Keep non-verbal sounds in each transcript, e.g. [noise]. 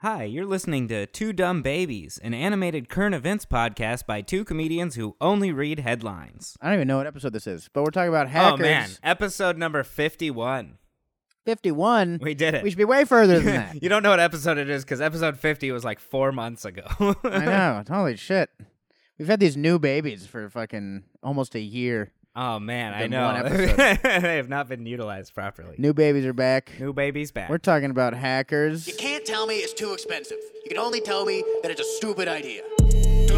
Hi, you're listening to Two Dumb Babies, an animated current events podcast by two comedians who only read headlines. I don't even know what episode this is, but we're talking about hackers. Oh man, episode number 51. 51. We did it. We should be way further [laughs] than that. you don't know what episode it is because episode 50 was like four months ago. I know. Holy shit. We've had these new babies for fucking almost a year. [laughs] Oh man, I Been know. one [laughs] episode. they have not been utilized properly. New babies are back. New babies back. We're talking about hackers. You can't tell me it's too expensive. You can only tell me that it's a stupid idea.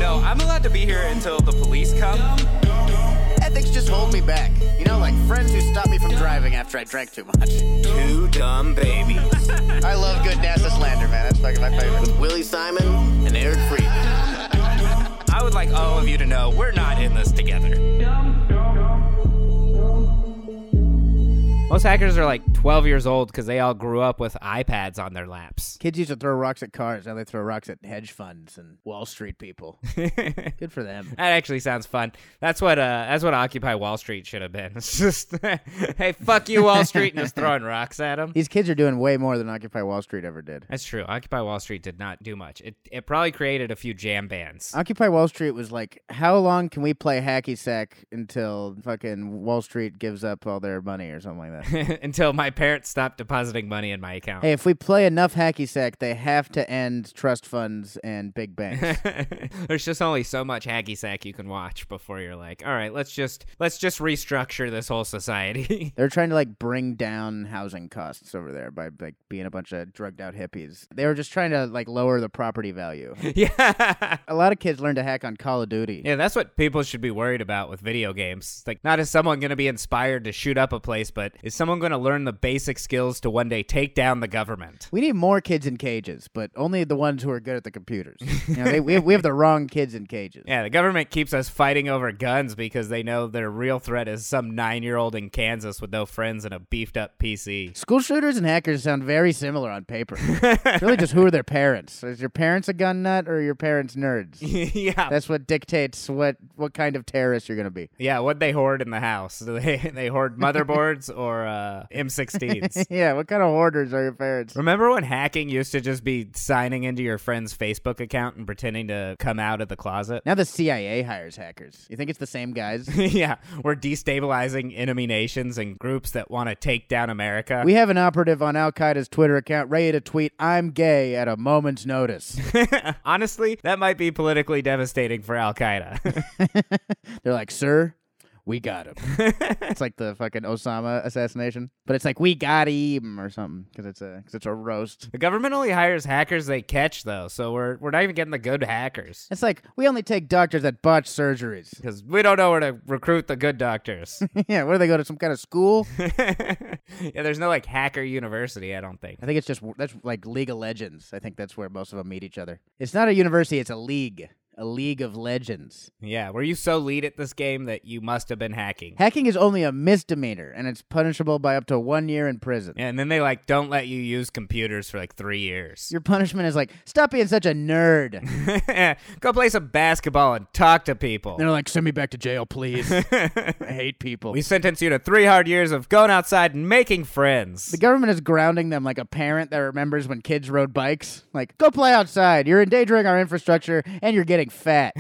No, I'm allowed to be here until the police come. Ethics just hold me back. You know, like friends who stopped me from driving after I drank too much. Two dumb babies. I love good NASA slander, man. That's fucking my favorite. With Willie Simon and Eric Friedman. I would like all of you to know we're not in this together. Most hackers are like 12 years old because they all grew up with iPads on [laughs] their laps. Kids used to throw rocks at cars. Now they throw rocks at hedge funds and Wall Street people. that Good for them. actually sounds fun. That's what uh, that's what Occupy Wall Street should have been. [laughs] It's just, hey, fuck you, Wall Street, and just throwing rocks at them. These kids are doing way more than Occupy Wall Street ever did. That's true. Occupy Wall Street did not do much. It it probably created a few jam bands. Occupy Wall Street was like, how long can we play hacky sack until fucking Wall Street gives up all their money or something [laughs] like that? [laughs] until my parents stopped depositing money in my account. Hey, if we play enough hacky sack, they have to end trust funds and big banks. [laughs] There's just only so much hacky sack you can watch before you're like, all right, let's just let's just restructure this whole society. They're trying to like bring down housing costs over there by like being a bunch of drugged out hippies. They were just trying to like lower the property value. [laughs] yeah. a lot of kids learn to hack on Call of Duty. Yeah, that's what people should be worried about with video games. Like, not is someone going to be inspired to shoot up a place, but is someone going to learn the basic skills to one day take down the government? We need more kids in cages, but only the ones who are good at the computers. You know, they, we, we have the wrong kids in cages. Yeah, the government keeps us fighting over guns because they know their real threat is some nine year old in Kansas with no friends and a beefed up PC. School shooters and hackers sound very similar on paper. it's really just who are their parents. Is your parents a gun nut or are your parents nerds? [laughs] [laughs] yeah. That's what dictates what what kind of terrorist you're gonna be. yeah, what they hoard in the house? [laughs] Do they, they hoard motherboards or uh, [laughs] M16s? yeah, what kind of hoarders are your parents? Remember when hacking used to just be signing into your friend's Facebook account and pretending to come out of the closet? [laughs] Now the CIA hires hackers. You think it's the same guys? yeah, we're destabilizing enemy nations and groups that want to take down America. we have an operative on Al Qaeda's Twitter account ready to tweet, "I'm gay" at a moment's notice. [laughs] Honestly, that might be politically devastating for Al Qaeda. [laughs] They're like, "Sir." We got him. it's like the fucking Osama assassination, but it's like we got him or something because it's a cause it's a roast. the government only hires hackers they catch, though, so we're we're not even getting the good hackers It's like we only take doctors that botch surgeries. [laughs] because we don't know where to recruit the good doctors. [laughs] yeah, where do they go to some kind of school? yeah, there's no like hacker university, I don't think. I think it's just that's like League of Legends. I think that's where most of them meet each other. It's not a university; it's a league, a league of legends. Yeah, were you so lead at this game that you must have been hacking? Hacking is only a misdemeanor, and it's punishable by up to one year in prison. Yeah, and then they like don't let you use computers for like three years. Your punishment is like stop being such a nerd. And [laughs] Go play some basketball and talk to people. they're like, send me back to jail, please. I hate people. We sentence you to three hard years of going outside and making friends. the government is grounding them like a parent that remembers when kids rode bikes. Like, go play outside. You're endangering our infrastructure, and you're getting fat.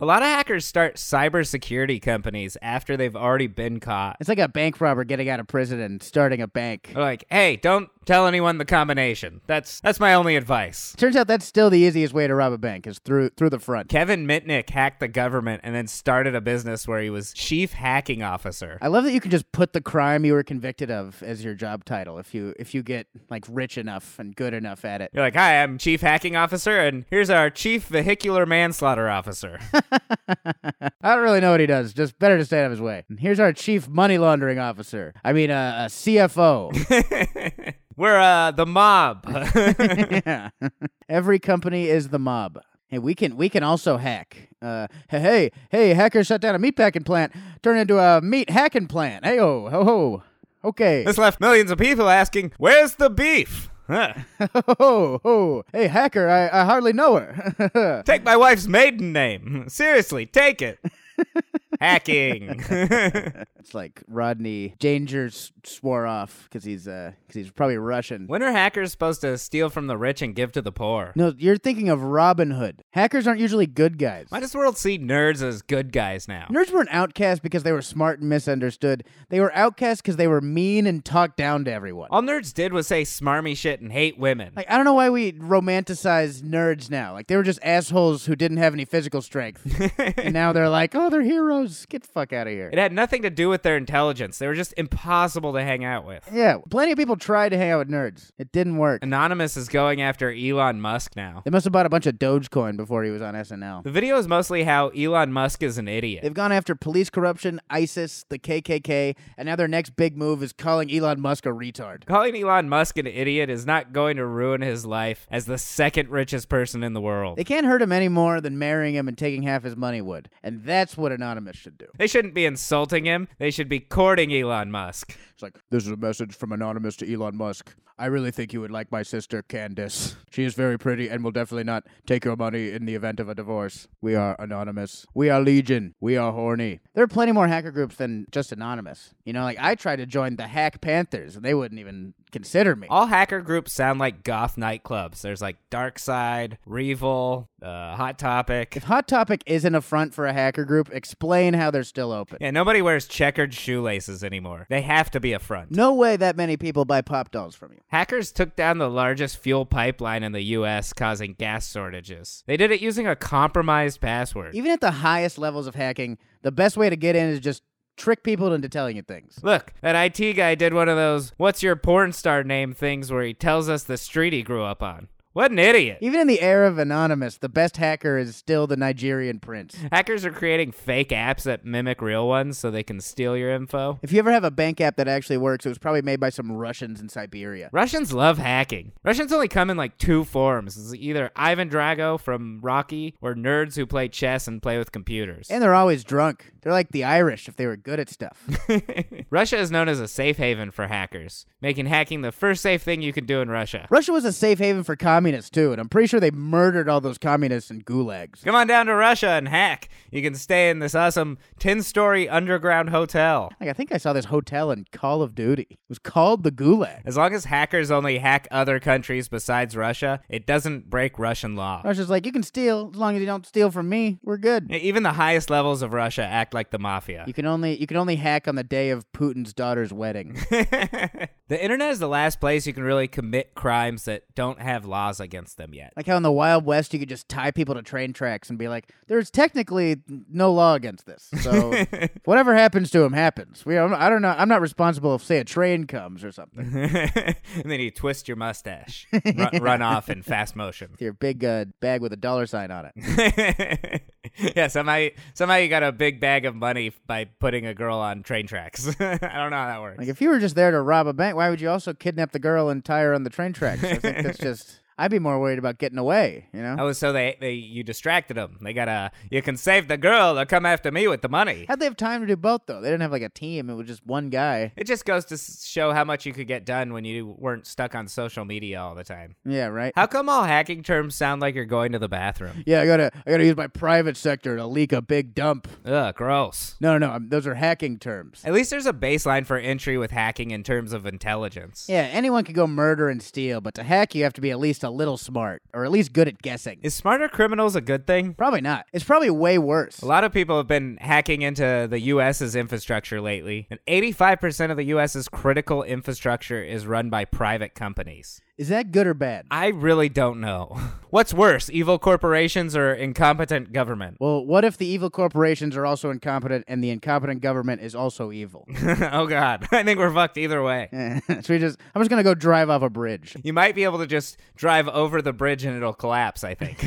A lot of hackers start cybersecurity companies after they've already been caught. it's like a bank robber getting out of prison and starting a bank. They're like, hey, don't tell anyone the combination. That's that's my only advice. Turns out that's still the easiest way to rob a bank is through through the front. Kevin Mitnick hacked the government and then started a business where he was chief hacking officer. I love that you can just put the crime you were convicted of as your job title if you if you get like rich enough and good enough at it. You're like, hi, I'm chief hacking officer, and here's our chief vehicular manslaughter officer. [laughs] I don't really know what he does. Just better to stay out of his way. And here's our chief money laundering officer. I mean, uh, a CFO. We're uh, the mob. [laughs] yeah. Every company is the mob. Hey, we can we can also hack. Uh, hey, hey, hey, hacker shut down a meat packing plant, turn into a meat hacking plant. Hey, oh, ho, ho. Okay. [laughs] this left millions of people asking, where's the beef? [laughs] Huh. Oh, oh, hey, hacker, I, I hardly know her. [laughs] [laughs] Take my wife's maiden name. Seriously, take it. Hacking. It's like Rodney Danger s- swore off because he's uh 'cause he's probably Russian. when are hackers supposed to steal from the rich and give to the poor? No, you're thinking of Robin Hood. Hackers aren't usually good guys. Why does the world see nerds as good guys now? Nerds weren't outcast because they were smart and misunderstood. They were outcast because they were mean and talked down to everyone. All nerds did was say smarmy shit and hate women. Like I don't know why we romanticize nerds now. Like they were just assholes who didn't have any physical strength, and now they're like, oh, they're heroes. Get the fuck out of here. it had nothing to do with their intelligence. They were just impossible to hang out with. Yeah, plenty of people tried to hang out with nerds. It didn't work. Anonymous is going after Elon Musk now. They must have bought a bunch of Dogecoin before he was on SNL. The video is mostly how Elon Musk is an idiot. They've gone after police corruption, ISIS, the KKK, and now their next big move is calling Elon Musk a retard. Calling Elon Musk an idiot is not going to ruin his life as the second richest person in the world. They can't hurt him any more than marrying him and taking half his money would. And that's what Anonymous should do. They shouldn't be insulting him. They should be courting Elon Musk. It's like, this is a message from Anonymous to Elon Musk. I really think you would like my sister, Candace. She is very pretty and will definitely not take your money in the event of a divorce. We are Anonymous. We are Legion. We are horny. There are plenty more hacker groups than just Anonymous. You know, like I tried to join the Hack Panthers and they wouldn't even consider me. All hacker groups sound like goth nightclubs. There's like Dark Side, Revil, uh, Hot Topic. If Hot Topic isn't a front for a hacker group, explain how they're still open. Yeah, nobody wears checkered shoelaces anymore. They have to be a front. No way that many people buy pop dolls from you. Hackers took down the largest fuel pipeline in the US, causing gas shortages. They did it using a compromised password. Even at the highest levels of hacking, the best way to get in is just trick people into telling you things. Look, that IT guy did one of those what's your porn star name things where he tells us the street he grew up on. What an idiot. Even in the era of Anonymous, the best hacker is still the Nigerian prince. Hackers are creating fake apps that mimic real ones so they can steal your info. If you ever have a bank app that actually works, it was probably made by some Russians in Siberia. Russians love hacking. Russians only come in like two forms. It's either Ivan Drago from Rocky or nerds who play chess and play with computers. And they're always drunk. They're like the Irish if they were good at stuff. [laughs] Russia is known as a safe haven for hackers, making hacking the first safe thing you can do in Russia. Russia was a safe haven for communists, too, and I'm pretty sure they murdered all those communists in gulags. Come on down to Russia and hack. You can stay in this awesome 10 story underground hotel. Like, I think I saw this hotel in Call of Duty. It was called the Gulag. As long as hackers only hack other countries besides Russia, it doesn't break Russian law. Russia's like, you can steal as long as you don't steal from me. We're good. Even the highest levels of Russia act like the mafia. You can only you can only hack on the day of Putin's daughter's wedding. the internet is the last place you can really commit crimes that don't have laws against them yet. [laughs] like how in the Wild West you could just tie people to train tracks and be like, "There's technically no law against this, so whatever happens to him happens." We I'm, I don't know. I'm not responsible if say a train comes or something. and then you twist your mustache, run, run off in fast motion. [laughs] Your big uh, bag with a dollar sign on it. yeah, somehow, somehow you got a big bag of money by putting a girl on train tracks. [laughs] I don't know how that works. Like if you were just there to rob a bank, why would you also kidnap the girl and tie her on the train tracks? I think that's just. I'd be more worried about getting away. You know. Oh, so they, they you distracted them. They gotta you can save the girl or come after me with the money. How'd they have time to do both though? They didn't have like a team. It was just one guy. It just goes to s- show how much you could get done when you weren't stuck on social media all the time. Yeah, right. How come all hacking terms sound like you're going to the bathroom? Yeah, I gotta, I gotta use my private sector to leak a big dump. Ugh, gross. No, no, no. um, Those are hacking terms. At least there's a baseline for entry with hacking in terms of intelligence. Yeah, anyone could go murder and steal, but to hack, you have to be at least a little smart, or at least good at guessing. Is smarter criminals a good thing? probably not. It's probably way worse. A lot of people have been hacking into the U.S.'s infrastructure lately, and 85% of the U.S.'s critical infrastructure is run by private companies. Is that good or bad? I really don't know. [laughs] What's worse, evil corporations or incompetent government? [laughs] Well, what if the evil corporations are also incompetent and the incompetent government is also [laughs] evil? [laughs] oh, God. [laughs] I think we're fucked either way. so we just, I'm just gonna go drive off a [laughs] bridge. [laughs] You might be able to just drive over the bridge and it'll collapse, I think.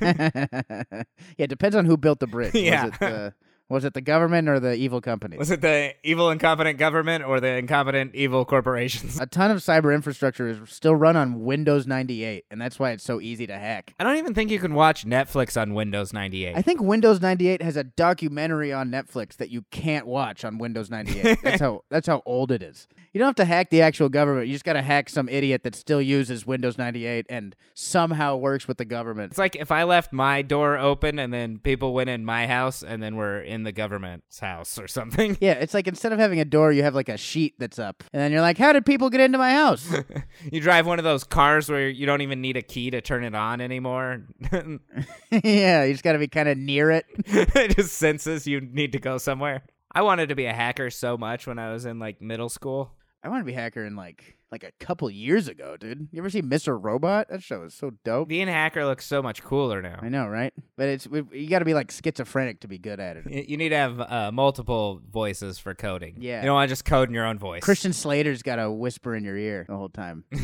[laughs] yeah, it depends on who built the bridge. Yeah. Was it the, was it the government or the evil companies? Was it the evil, incompetent government or the incompetent, evil corporations? [laughs] a ton of cyber infrastructure is still run on Windows 98, and that's why it's so easy to hack. I don't even think you can watch Netflix on Windows 98. I think Windows 98 has a documentary on Netflix that you can't watch on Windows 98. that's how that's how old it is. You don't have to hack the actual government. You just got to hack some idiot that still uses Windows 98 and somehow works with the government. It's like if I left my door open and then people went in my house and then were in the government's house or something. [laughs] Yeah, it's like instead of having a door, you have like a sheet that's up, and then you're like, "How did people get into my house?" [laughs] you drive one of those cars where you don't even need a key to turn it on anymore. [laughs] yeah, you just got to be kind of near it. it just senses you need to go somewhere. I wanted to be a hacker so much when I was in like middle school. I want to be hacker in like like a couple years ago, dude. You ever see Mr. Robot? That show is so dope. Being a hacker looks so much cooler now. I know, right? But it's we, you got to be like schizophrenic to be good at it. Y- You need to have uh, multiple voices for coding. Yeah. You don't want to just code in your own voice. Christian Slater's got to whisper in your ear the whole time. [laughs]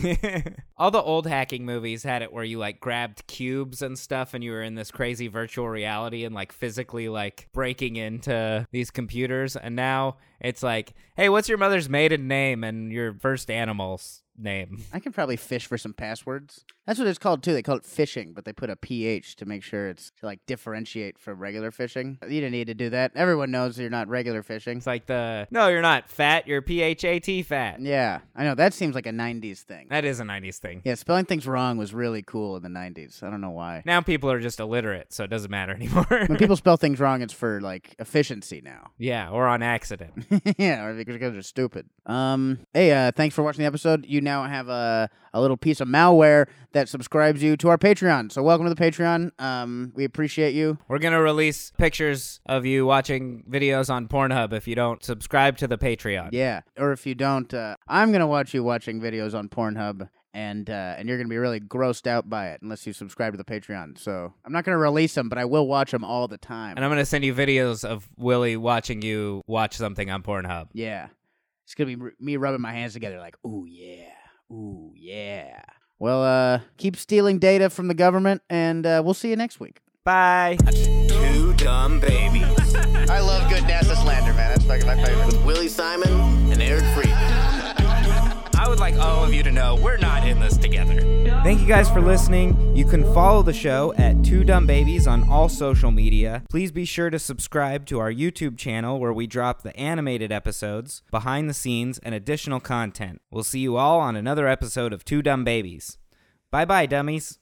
All the old hacking movies had it where you like grabbed cubes and stuff and you were in this crazy virtual reality and like physically like breaking into these computers. And now it's like, hey, what's your mother's maiden name and your first animal's name? [laughs] I can probably fish for some passwords. That's what it's called too. They call it phishing, but they put a ph to make sure it's to like differentiate from regular phishing. You didn't need to do that. Everyone knows you're not regular phishing. It's like the, no, you're not fat, you're P H A T fat. Yeah, I know. That seems like a '90s thing. That is a 90s thing. Yeah, spelling things wrong was really cool in the '90s. I don't know why. Now people are just illiterate, so it doesn't matter [laughs] [laughs] anymore. When people spell things wrong, it's for like efficiency now. yeah, or on accident. [laughs] yeah, or because they're stupid. Um, hey, uh, thanks for watching the episode. You now have a a little piece of malware that subscribes you to our Patreon. So welcome to the Patreon. Um, we appreciate you. We're going to release pictures of you watching videos on Pornhub if you don't subscribe to the Patreon. Yeah, or if you don't, uh, I'm gonna watch you watching videos on Pornhub. And uh, and you're gonna be really grossed out by it unless you subscribe to the Patreon. So I'm not gonna release them, but I will watch them all the time. And I'm going to send you videos of Willie watching you watch something on Pornhub. Yeah. It's going to be r- me rubbing my hands together like, ooh, yeah. Ooh, yeah. Well, uh, keep stealing data from the government, and uh, we'll see you next week. Bye. Two dumb babies. I love good NASA slander, man. That's fucking my favorite. With Willie Simon and Eric Freed. I would like all of you to know we're not in this together. Thank you guys for listening. You can follow the show at Two Dumb Babies on all social media. Please be sure to subscribe to our YouTube channel where we drop the animated episodes, behind the scenes, and additional content. We'll see you all on another episode of Two Dumb Babies. Bye bye, dummies.